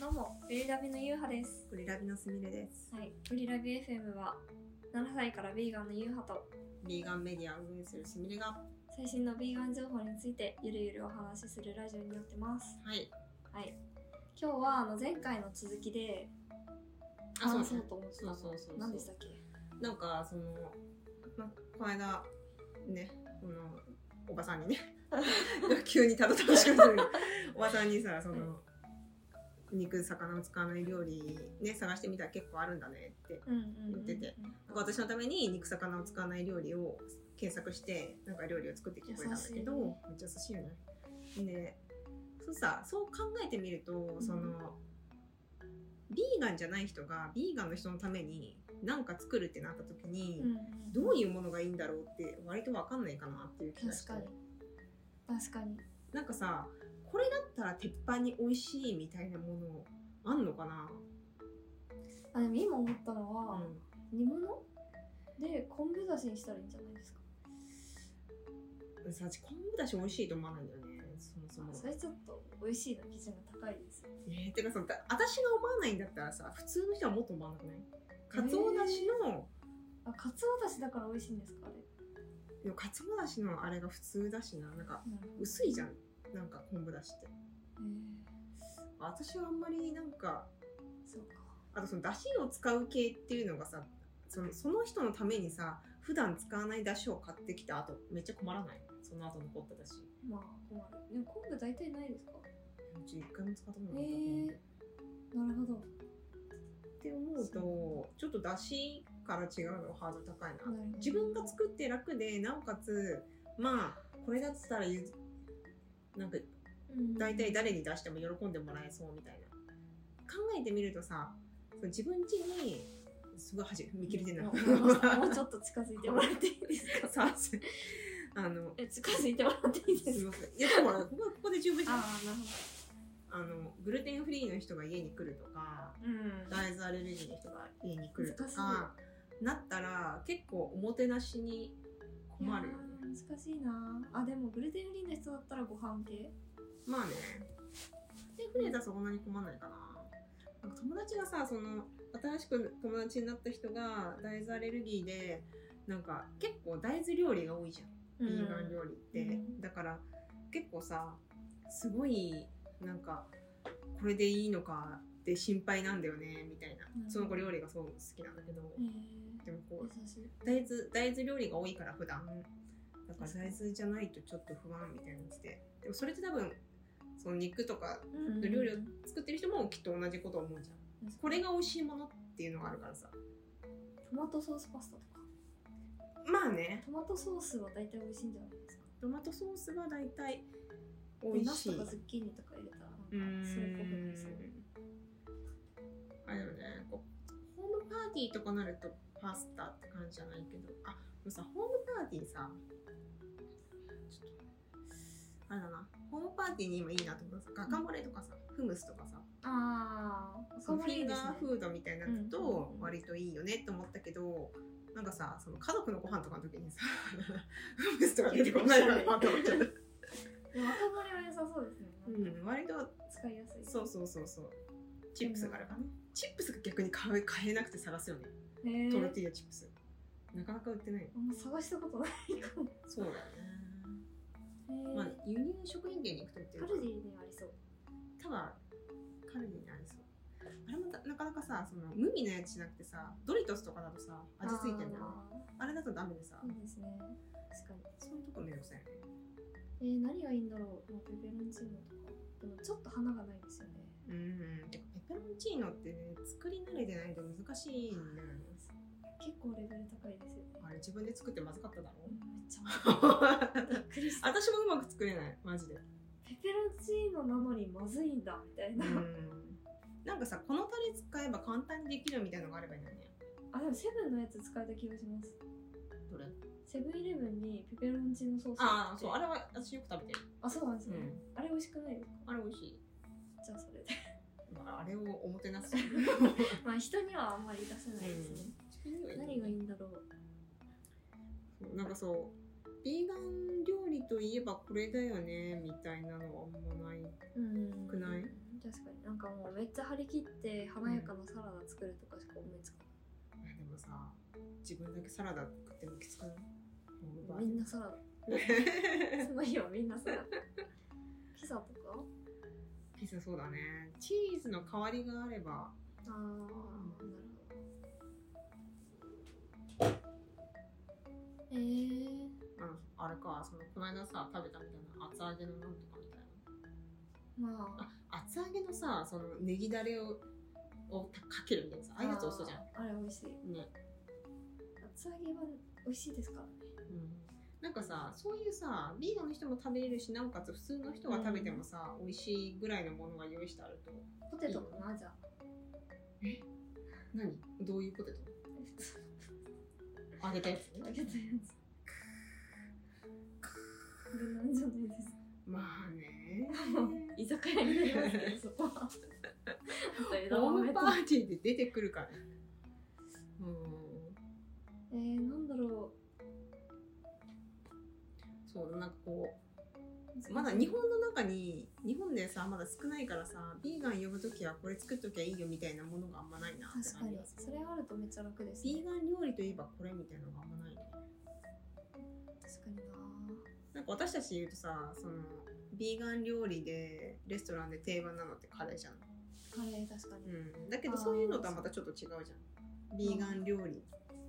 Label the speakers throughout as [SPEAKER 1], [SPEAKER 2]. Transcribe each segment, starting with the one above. [SPEAKER 1] どうも、ウリラビのゆうはです。
[SPEAKER 2] これラビのすみれです。
[SPEAKER 1] はい、ウリラビ FM は7歳からビーガンのゆうはと
[SPEAKER 2] ビーガンメディアを運営するすみれが、
[SPEAKER 1] 最新のビーガン情報についてゆるゆるお話しするラジオになってます。
[SPEAKER 2] はい。
[SPEAKER 1] はい、今日はあの前回の続きで
[SPEAKER 2] あ、そう
[SPEAKER 1] 話
[SPEAKER 2] そ
[SPEAKER 1] そう
[SPEAKER 2] う。
[SPEAKER 1] と思ってたの。
[SPEAKER 2] そうそうそうそう
[SPEAKER 1] 何でしたっけ？
[SPEAKER 2] なんか、その、ま、この間、ね、この、おばさんに ね、急にたどたどしくなるけどおばさんにさ、その、肉、魚を使わない料理、ね、探してみたら結構あるんだねって。
[SPEAKER 1] うんうんうん。
[SPEAKER 2] 言ってて。なんか私のために肉、魚を使わない料理を検索して、なんか料理を作ってきてくれたんだけど、
[SPEAKER 1] 優しいね
[SPEAKER 2] めっちゃ優しいよね。で、そうさ、そう考えてみると、その、ビーガンじゃない人が、ビーガンの人のために何か作るってなった時に、
[SPEAKER 1] うんうん。
[SPEAKER 2] どういうものがいいんだろうって割とわかんないかなっていう気がし
[SPEAKER 1] 確
[SPEAKER 2] て
[SPEAKER 1] かに。確かに。
[SPEAKER 2] なんかさこれだったら鉄板に美味しいみたいなものあんのかな、
[SPEAKER 1] あでも今思ったの
[SPEAKER 2] う
[SPEAKER 1] は、
[SPEAKER 2] ん
[SPEAKER 1] 煮物で昆布だしにしたらいいんじゃないですか？
[SPEAKER 2] さ私昆布だし美味しいと思わないんだよねそもそも
[SPEAKER 1] それちょっと美味しいの基準が高いですよ。
[SPEAKER 2] えー、てかさだ私が思わないんだったらさ普通の人はもっと思わなくないかつおだしの、
[SPEAKER 1] あ、かつおだしだから美味しいんですかあれ？
[SPEAKER 2] いやかつおだしのあれが普通だしななんか
[SPEAKER 1] なるほど
[SPEAKER 2] 薄いじゃんなんか昆布だしって
[SPEAKER 1] えー
[SPEAKER 2] 私はあんまりなんか
[SPEAKER 1] そうか。
[SPEAKER 2] あとその出汁を使う系っていうのがさそのその人のためにさ普段使わない出汁を買ってきた後めっちゃ困らないその後残った出汁
[SPEAKER 1] まあ困る。でも昆布大体ないですか。
[SPEAKER 2] うち一回も使ったことなかった、
[SPEAKER 1] へーなるほど。
[SPEAKER 2] って思うとちょっと出汁から違うのはハードル高いな
[SPEAKER 1] なるほど
[SPEAKER 2] 自分が作って楽でなおかつまあこれだったらゆなんか大体誰に出しても喜んでもらえそうみたいな考えてみるとさその自分家にすごい端見切れてんな
[SPEAKER 1] もうもうちょっと近づいてもらっていいですか。
[SPEAKER 2] さあすあの
[SPEAKER 1] え近づいてもらっていいですす
[SPEAKER 2] み
[SPEAKER 1] か。
[SPEAKER 2] ませんいやでもほらここここで十分じゃんあ
[SPEAKER 1] ああなる
[SPEAKER 2] のグルテンフリーの人が家に来るとか
[SPEAKER 1] ほど。
[SPEAKER 2] 大豆アレルギーの人が家に来るとかなったら結構おもてなしに
[SPEAKER 1] うん。
[SPEAKER 2] 困るよね
[SPEAKER 1] いやー難しいなー。あでもグルテンフリーの人だったらご飯系。
[SPEAKER 2] まあねでフリーだとそんなに困らないかななんか友達がさその新しく友達になった人が大豆アレルギーでなんか結構大豆料理が多いじゃんビーガン料理って、
[SPEAKER 1] うん
[SPEAKER 2] だから結構さすごいなんかこれでいいのかって心配なんだよねみたいな、
[SPEAKER 1] うん
[SPEAKER 2] その子料理がそう好きなんだけど、
[SPEAKER 1] えー
[SPEAKER 2] でもこう
[SPEAKER 1] 優しい。
[SPEAKER 2] 大豆大豆料理が多いから普段だから大豆じゃないとちょっと不安みたいなのしてでもそれって多分その肉とか
[SPEAKER 1] うん
[SPEAKER 2] 料理を作ってる人もきっと同じこと思うじゃん、これが美味しいものっていうのがあるからさ
[SPEAKER 1] トマトソースパスタとか。
[SPEAKER 2] まあね
[SPEAKER 1] トマトソースは大体美味しいんじゃないですか。
[SPEAKER 2] トマトソースは大
[SPEAKER 1] で
[SPEAKER 2] 体美味
[SPEAKER 1] ナス
[SPEAKER 2] しい
[SPEAKER 1] とかズッキーニとか入れたらなんか
[SPEAKER 2] うーん
[SPEAKER 1] それっぽくなりそう。
[SPEAKER 2] あれよねこうホームパーティーとかなるとパスタって感じじゃないけどあもうさホームパーティーさちょっとあれだなホームパーティーに今いいなと思ったさガカモレとかさ、フムスとかさ
[SPEAKER 1] ああ、
[SPEAKER 2] そのフィンガー
[SPEAKER 1] ね。
[SPEAKER 2] フードみたいなの
[SPEAKER 1] う
[SPEAKER 2] だ
[SPEAKER 1] んうん
[SPEAKER 2] と
[SPEAKER 1] うん
[SPEAKER 2] 割といいよねって思ったけどなんかさその家族のご飯とかの時 にさフムスとか出てこないかなと思っちゃっ
[SPEAKER 1] でも赤
[SPEAKER 2] た、
[SPEAKER 1] 盛りは良さそうですね。
[SPEAKER 2] うん、割と
[SPEAKER 1] 使いやすい。
[SPEAKER 2] そうそうそうそうチップスがあればねチップスが逆に買え買えなくて探すよね
[SPEAKER 1] へー
[SPEAKER 2] トルティーヤチップスなかなか売ってない
[SPEAKER 1] あんま探したことないかも。
[SPEAKER 2] そうだよね
[SPEAKER 1] へー
[SPEAKER 2] まあ輸入食品券に行くと売って
[SPEAKER 1] カ
[SPEAKER 2] るか
[SPEAKER 1] ルディにはありそう。
[SPEAKER 2] らただカルディにありそうあれもたなかなかさその無味のやつしなくてさドリトスとかだとさ味付いてんだよねあれだとダメでさ、
[SPEAKER 1] あーいいですね。確かに。
[SPEAKER 2] そういうとこ目指せよね
[SPEAKER 1] えー、何がいいんだろう。まあペペロンチーノとか。でもちょっと花がないですよね。
[SPEAKER 2] うんてかペペロンチーノってね作り慣れてないと難しいんだよね
[SPEAKER 1] 結構レベル高いですよね。
[SPEAKER 2] あれ自分で作ってまずかっただ
[SPEAKER 1] う
[SPEAKER 2] ろ
[SPEAKER 1] ん めっちゃ びっく
[SPEAKER 2] 私
[SPEAKER 1] りした。
[SPEAKER 2] もうまく作れないマジで
[SPEAKER 1] ペペロンチーノなのにまずいんだみたいな。
[SPEAKER 2] なんかさこのタレ使えば簡単にできるみたいのがあればいいのにね
[SPEAKER 1] あ、でもセブンのやつ使えた気がします。
[SPEAKER 2] どれ
[SPEAKER 1] セブンイレブンにペペロンチーノソース
[SPEAKER 2] ああそうあ
[SPEAKER 1] れ
[SPEAKER 2] れは私よく食べてる
[SPEAKER 1] あそうなんですね、
[SPEAKER 2] うん
[SPEAKER 1] あれ美味しくないですか
[SPEAKER 2] あれ美味しい
[SPEAKER 1] じゃあそれで
[SPEAKER 2] だからあれをおもてなし
[SPEAKER 1] まあ人にはあんまり出せないですね、何がいいんだろう
[SPEAKER 2] そうなんかそうビーガン料理といえばこれだよねみたいなのはあんまない
[SPEAKER 1] うん
[SPEAKER 2] くない
[SPEAKER 1] 確なんかもうめっちゃ張り切って華やかなサラダ作るとかしか思いつか
[SPEAKER 2] いやでもさ自分だけサラダ食ってもきつくないホームパ
[SPEAKER 1] な
[SPEAKER 2] ー
[SPEAKER 1] い、
[SPEAKER 2] ティ
[SPEAKER 1] みんなサ ラダ
[SPEAKER 2] ー
[SPEAKER 1] その日はみんなサラダピザとか
[SPEAKER 2] ピザそうだねチーズの代わりがあれば
[SPEAKER 1] ああなるほどえー、
[SPEAKER 2] あのあれかそのこの間さ食べたみたいな厚揚げのなんとかみたい
[SPEAKER 1] まあ
[SPEAKER 2] なあ厚揚げのさそのネギだれををかけるみたいなさああいうやつおいしそうじゃん
[SPEAKER 1] あーあれ美味しい
[SPEAKER 2] ね、
[SPEAKER 1] 厚揚げは美味しいですからね
[SPEAKER 2] うん、なんかさそういうさビーガンの人も食べれるしなおかつ普通の人が食べてもさ、美味しいぐらいのものが用意してあると
[SPEAKER 1] ポテトかなじゃあ
[SPEAKER 2] 何どういうポテト
[SPEAKER 1] 普通
[SPEAKER 2] 揚げたやつ
[SPEAKER 1] に揚げたやつ無難じゃないです
[SPEAKER 2] まあ ね
[SPEAKER 1] 居酒屋になりますけどそこはあと枝
[SPEAKER 2] ホー
[SPEAKER 1] 豆
[SPEAKER 2] ム
[SPEAKER 1] と
[SPEAKER 2] パーティーで出てくるからね
[SPEAKER 1] え
[SPEAKER 2] うん
[SPEAKER 1] ー、なんだろ
[SPEAKER 2] そうなんかこう
[SPEAKER 1] う
[SPEAKER 2] まだ日本の中に日本でさまだ少ないからさビーガン呼ぶときはこれ作っときゃいいよみたいなものがあんまないなって
[SPEAKER 1] 確か
[SPEAKER 2] 感じ
[SPEAKER 1] に
[SPEAKER 2] がする
[SPEAKER 1] それあるとめっちゃ楽です、
[SPEAKER 2] ビ
[SPEAKER 1] ね
[SPEAKER 2] ー、ガン料理といえばこれみたいなのがあんまないね
[SPEAKER 1] 確かにな
[SPEAKER 2] なんか私たちで言うとさそのビーガン料理でレストランで定番なのってカレーじゃん、
[SPEAKER 1] カレー確かに、
[SPEAKER 2] うん、だけどそういうのとはまたちょっと違うじゃんビーガン料理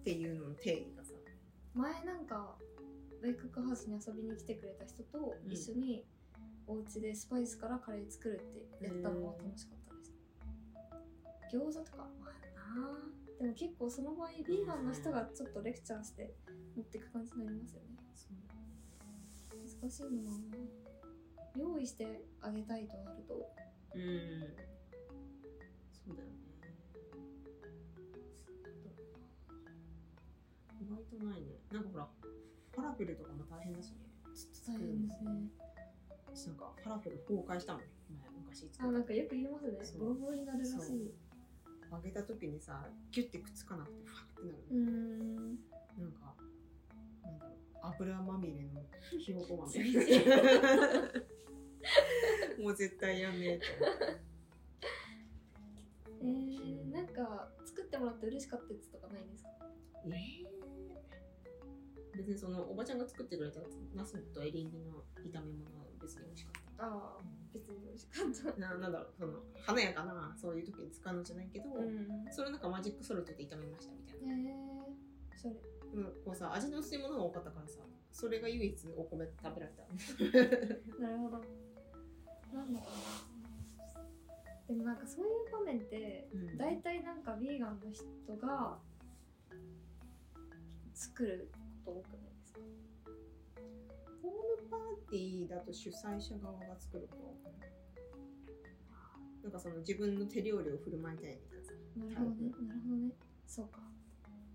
[SPEAKER 2] っていうのの定義がさ
[SPEAKER 1] 前なんかウェイクアップハウスに遊びに来てくれた人と
[SPEAKER 2] うん
[SPEAKER 1] 一緒にお家でスパイスからカレー作るってやったのは楽しかったです、餃子とかまあなあでも結構その場合ビーガンの人がちょっとレクチャーして持っていく感じになりますよね難しいのな用意してあげたいとなると
[SPEAKER 2] うんそうだよね意外とないねなんかほらファラフェルとかも大変だしね
[SPEAKER 1] ちょっと大変ですね、
[SPEAKER 2] 私なんかファラフェル崩壊したもん前昔
[SPEAKER 1] あ
[SPEAKER 2] 作
[SPEAKER 1] な
[SPEAKER 2] っ
[SPEAKER 1] んかよく言いますね
[SPEAKER 2] そう
[SPEAKER 1] ボロボロになるらしい
[SPEAKER 2] た揚げた時にさギュッてくっつかなくてファってなる、
[SPEAKER 1] うーん
[SPEAKER 2] なんかなんだろう油まみれのひよこ豆
[SPEAKER 1] 厳しい
[SPEAKER 2] もう絶対やめえと思って
[SPEAKER 1] えー、なんか作ってもらって嬉しかったやつとかないですか
[SPEAKER 2] えー別にそのおばちゃんが作ってくれたナスとエリンギの炒め物は別に美味しかっ
[SPEAKER 1] ああ別に美味しかった
[SPEAKER 2] たななんだろうその華やかなそういう時に使うのじゃないけど、
[SPEAKER 1] ん
[SPEAKER 2] それなんかマジックソルトで炒めましたみたいな
[SPEAKER 1] えー、それ
[SPEAKER 2] うんこうさ味の薄いものが多かったからさそれが唯一お米食べられた
[SPEAKER 1] なるほどなんだかなでもなんかそういう場面って
[SPEAKER 2] うん
[SPEAKER 1] 大体なんかヴィーガンの人が作ること多くないですか
[SPEAKER 2] ホームパーティーだと主催者側が作ることが多くないなんかその自分の手料理を振る舞いたいみたいなさ
[SPEAKER 1] なるほどねなるほどねそうか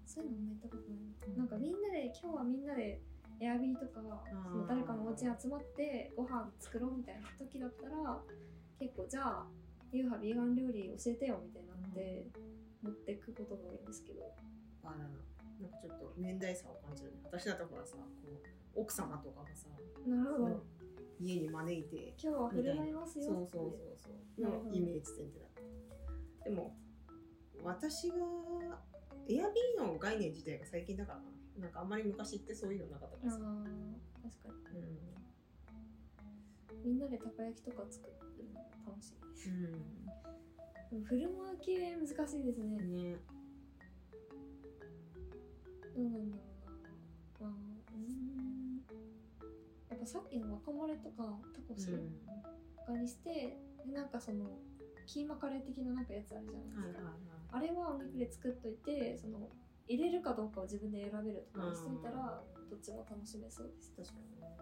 [SPEAKER 1] そういうのもやったことない、なんかみんなで今日はみんなでエアビーとか
[SPEAKER 2] ー
[SPEAKER 1] その誰かのお家に集まってご飯作ろうみたいな時だったら結構じゃあユーハビーガン料理教えてよみたいになって持ってくことが多いんですけど
[SPEAKER 2] あーなんかちょっと年代差を感じるね私だとほらさこう奥様とかがさ
[SPEAKER 1] なるほど
[SPEAKER 2] うん家に招いて
[SPEAKER 1] 今日は振る舞いますよ
[SPEAKER 2] そう
[SPEAKER 1] って
[SPEAKER 2] そうそうそう
[SPEAKER 1] なる
[SPEAKER 2] の
[SPEAKER 1] ほど
[SPEAKER 2] イメージ全然だったでも私がエアビーの概念自体が最近だからかななんかあんまり昔ってそういうのなかった
[SPEAKER 1] あ
[SPEAKER 2] から
[SPEAKER 1] ー
[SPEAKER 2] さ、
[SPEAKER 1] 確か
[SPEAKER 2] うん
[SPEAKER 1] にみんなでたこ焼きとか作るの楽しい
[SPEAKER 2] うん
[SPEAKER 1] でも振る舞う系難しいですね
[SPEAKER 2] ね
[SPEAKER 1] どうなんだろうな。まあ、うーん。やっぱさっきの若丸とかタコス
[SPEAKER 2] う
[SPEAKER 1] と
[SPEAKER 2] ん
[SPEAKER 1] かにして、でなんかそのキーマカレー的ななんかやつあるじゃないで
[SPEAKER 2] はい
[SPEAKER 1] すか。
[SPEAKER 2] はいは
[SPEAKER 1] あれはお肉で作っといて、その入れるかどうかを自分で選べるとかにしといたら、
[SPEAKER 2] うん
[SPEAKER 1] どっちも楽しめそうです。
[SPEAKER 2] い確かにね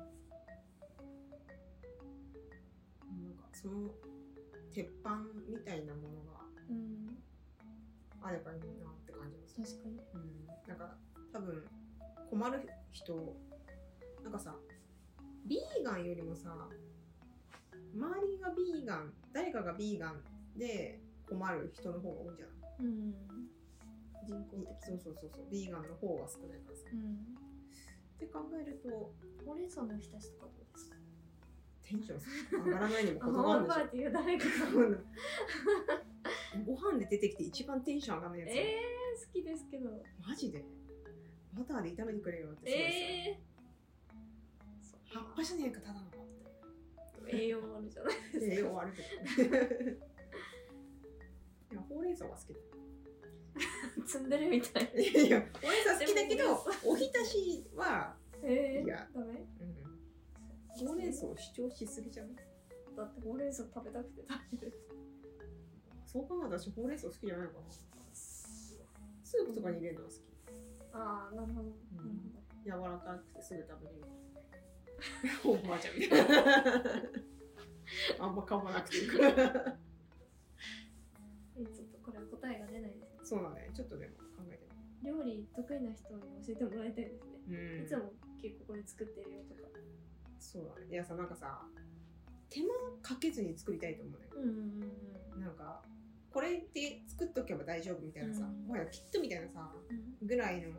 [SPEAKER 2] なんかその鉄板みたいなものが
[SPEAKER 1] うん、
[SPEAKER 2] あればいいなって感じまする、
[SPEAKER 1] 確かに。
[SPEAKER 2] うん、なんか多分困る人なんかさビーガンよりもさ周りがビーガン誰かがビーガンで困る人の方が多いんじゃない
[SPEAKER 1] うん。人工的。
[SPEAKER 2] そうそうそうそうビーガンの方が少ないからさ
[SPEAKER 1] うん。
[SPEAKER 2] って考えると
[SPEAKER 1] ほうれん草のおひたしとかどうですか。
[SPEAKER 2] テンション上がらないにも
[SPEAKER 1] あ
[SPEAKER 2] 程があ
[SPEAKER 1] ホー
[SPEAKER 2] る
[SPEAKER 1] ムパーティーが誰かが
[SPEAKER 2] でしょ ご飯で出てきて一番テンション上がらないやつ、
[SPEAKER 1] えー、好きですけど
[SPEAKER 2] マジでバターで炒めてくれよってそうですよ、
[SPEAKER 1] えー、
[SPEAKER 2] 葉っぱじゃねえかただのって
[SPEAKER 1] 栄養もあるじゃない ですか
[SPEAKER 2] 栄養あるけどいやほうれん草は好きだ
[SPEAKER 1] 積んでるみたい
[SPEAKER 2] いやいやほうれん草好きだけ
[SPEAKER 1] で
[SPEAKER 2] ど
[SPEAKER 1] も
[SPEAKER 2] おひたしは、
[SPEAKER 1] えー、
[SPEAKER 2] いや
[SPEAKER 1] ダメ
[SPEAKER 2] うん、ほうれん草を主張しすぎじゃない
[SPEAKER 1] だってほうれん草食べたくて食べる
[SPEAKER 2] そう考えたら私ほうれん草好きじゃないのかなスープとかに入れるのは好き
[SPEAKER 1] ああなるほど、
[SPEAKER 2] ん
[SPEAKER 1] なるほど
[SPEAKER 2] 柔らかくてすぐ食べれる おばあちゃんみたいな あんま噛まなくていいから
[SPEAKER 1] えーちょっとこれは答えが出ないですね
[SPEAKER 2] そうだねちょっとでも考えて
[SPEAKER 1] 料理得意な人に教えてもらいたいですね、
[SPEAKER 2] みる
[SPEAKER 1] いつも結構これ作ってるよとか
[SPEAKER 2] そうだねいやさなんかさ手間かけずに作りたいと思うね
[SPEAKER 1] うんうんうんうん
[SPEAKER 2] なんかこれって作っとけば大丈夫みたいなさ、
[SPEAKER 1] うん
[SPEAKER 2] もはやキットみたいなさぐらいの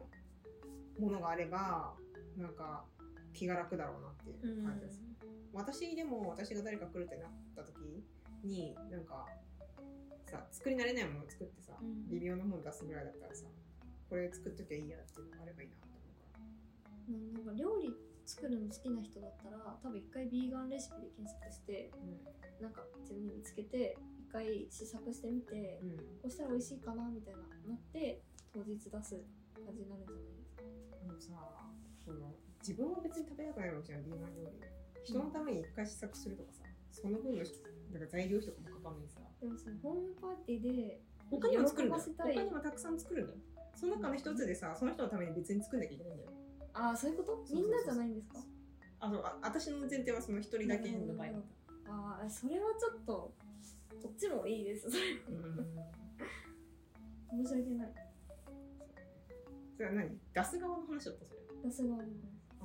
[SPEAKER 2] ものがあればなんか気が楽だろうなっていう感じです、私でも私が誰か来るってなった時になんかさ作り慣れないものを作ってさ、
[SPEAKER 1] うん
[SPEAKER 2] 微妙なもの出すぐらいだったらさこれ作っときゃいいやっていうのがあればいいなと思う
[SPEAKER 1] うんな
[SPEAKER 2] から
[SPEAKER 1] んか料理作るの好きな人だったら多分一回ビーガンレシピで検索してなんか自分で見つけて一回試作してみて、
[SPEAKER 2] うん、
[SPEAKER 1] こうしたら美味しいかなみたいななって当日出す感じになるんじゃないですか
[SPEAKER 2] でもさその自分は別に食べたくないわけじゃんビーガン料理人のために一回試作するとかさその分のなんか材料費とかもかかるのにさ
[SPEAKER 1] でもそのホームパーティーで
[SPEAKER 2] 他にも作るんだよ
[SPEAKER 1] 喜ばせたい
[SPEAKER 2] 他にもたくさん作るんだよその中の一つでさその人のために別に作んなきゃいけないんだよ
[SPEAKER 1] ああそういうこと
[SPEAKER 2] そうそうそう
[SPEAKER 1] みんなじゃないんですか
[SPEAKER 2] あそうあ私の前提はその一人だけの場合だった
[SPEAKER 1] ああそれはちょっとこっちもいいですそれ
[SPEAKER 2] うん
[SPEAKER 1] 申し訳ない
[SPEAKER 2] それは何出す側の話だったそれ
[SPEAKER 1] 出す側も
[SPEAKER 2] あ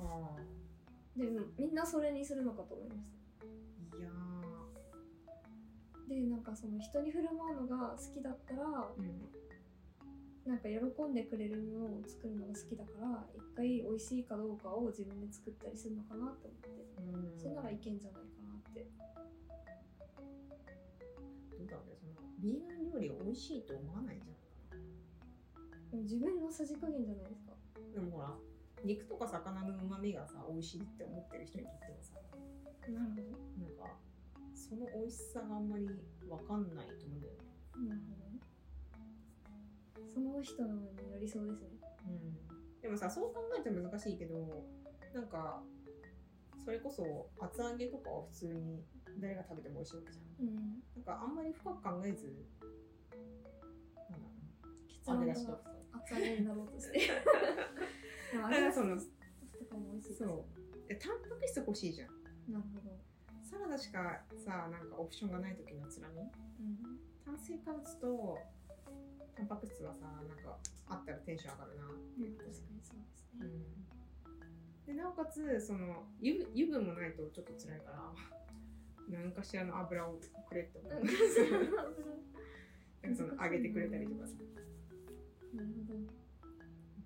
[SPEAKER 1] でもみんなそれにするのかと思いました
[SPEAKER 2] あいやー
[SPEAKER 1] でなんかその人に振る舞うのが好きだったら
[SPEAKER 2] うん
[SPEAKER 1] なんか喜んでくれるものを作るのが好きだから一回美味しいかどうかを自分で作ったりするのかなと思って
[SPEAKER 2] うん
[SPEAKER 1] それならいけんじゃないかなって
[SPEAKER 2] どうだろうねそのビーガン料理が美味しいと思わないんじゃないか
[SPEAKER 1] でも自分のさじ加減じゃないですか
[SPEAKER 2] なでもほら肉とか魚の旨味がさ美味しいって思ってる人にとってはさ
[SPEAKER 1] なるほ
[SPEAKER 2] なんかその美味しさがあんまりわかんないと思うんだよね
[SPEAKER 1] どなるほどねその人によりそうですね
[SPEAKER 2] でもさそう考えたら難しいけどなんかそれこそ厚揚げとかは普通に誰が食べても美味しいわけじゃん
[SPEAKER 1] うん
[SPEAKER 2] なんかあんまり深く考えずなんだろう
[SPEAKER 1] 結
[SPEAKER 2] 揚
[SPEAKER 1] 論
[SPEAKER 2] げ
[SPEAKER 1] が
[SPEAKER 2] 出し豆腐とか
[SPEAKER 1] 厚揚げになろうとして でも
[SPEAKER 2] だ
[SPEAKER 1] 揚
[SPEAKER 2] か
[SPEAKER 1] げ
[SPEAKER 2] ら
[SPEAKER 1] 出し
[SPEAKER 2] その
[SPEAKER 1] とかも美味しいです
[SPEAKER 2] そうでタンパク質欲しいじゃん
[SPEAKER 1] なるほど、
[SPEAKER 2] サラダしかさなんかオプションがない時のつらみ
[SPEAKER 1] うん、
[SPEAKER 2] 炭水化物とタンパク質はさなんかあったらテンション上がるな
[SPEAKER 1] うん確かにそうですね、
[SPEAKER 2] でなおかつその油分油分もないとちょっと辛いから 何かしらの油をくれって思う
[SPEAKER 1] な
[SPEAKER 2] なん
[SPEAKER 1] んかその油
[SPEAKER 2] かその揚げてくれたりと かさ
[SPEAKER 1] なるほど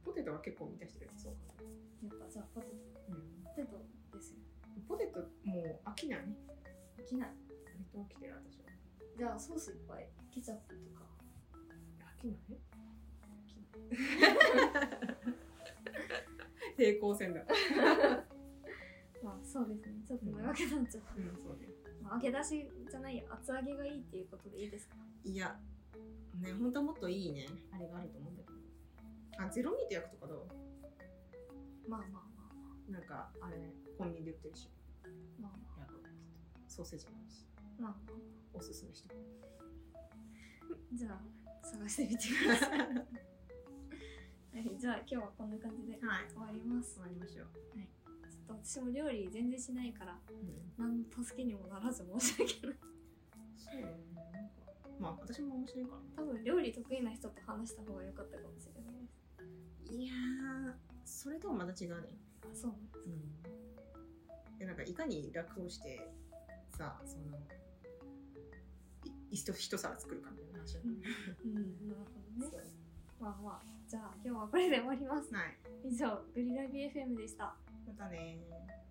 [SPEAKER 2] ポテトは結構満たしてるやつそうか、
[SPEAKER 1] やっぱじゃあポテ
[SPEAKER 2] う
[SPEAKER 1] ポテトですよ
[SPEAKER 2] ん、ポテトもう飽きない割
[SPEAKER 1] できない
[SPEAKER 2] と飽きてる私は
[SPEAKER 1] じゃあソースいっぱいケチャップとか
[SPEAKER 2] 飽きない飽きない 平行線だ
[SPEAKER 1] まあそうですねちょっと長くなっちゃっ
[SPEAKER 2] うんそうね
[SPEAKER 1] た、まあ、揚げ出しじゃない厚揚げがいいっていうことでいいですか
[SPEAKER 2] いやね本当はもっといいねあれがあると思うんだけどあゼロミート焼くとかど
[SPEAKER 1] まあまあまあ
[SPEAKER 2] うなんかあれコンビニで売ってるし
[SPEAKER 1] まあ
[SPEAKER 2] やばいソーセージもあるし
[SPEAKER 1] まあまあまあ
[SPEAKER 2] おすすめしてく
[SPEAKER 1] じゃあ探してみてくだ
[SPEAKER 2] だ
[SPEAKER 1] さ
[SPEAKER 2] さ
[SPEAKER 1] い、
[SPEAKER 2] い
[SPEAKER 1] はい、じゃあ今日はこんな感じで
[SPEAKER 2] はい
[SPEAKER 1] 終わります
[SPEAKER 2] 終わりましょう、
[SPEAKER 1] ちょっと私も料理全然しないから何の助けにもならず申し訳ない
[SPEAKER 2] そうだねなんかまあ私も面白いからね
[SPEAKER 1] 多分料理得意な人と話した方が良かったかもしれないで
[SPEAKER 2] いやーそれとはまた違うね
[SPEAKER 1] すあそう
[SPEAKER 2] でなんかいかに楽をしてさそのい一一皿作るかみたいな話だね
[SPEAKER 1] うんなるほどね
[SPEAKER 2] そう
[SPEAKER 1] まあまあじゃあ今日はこれで終わります
[SPEAKER 2] はい
[SPEAKER 1] 以上グリラビ FM でした
[SPEAKER 2] またねー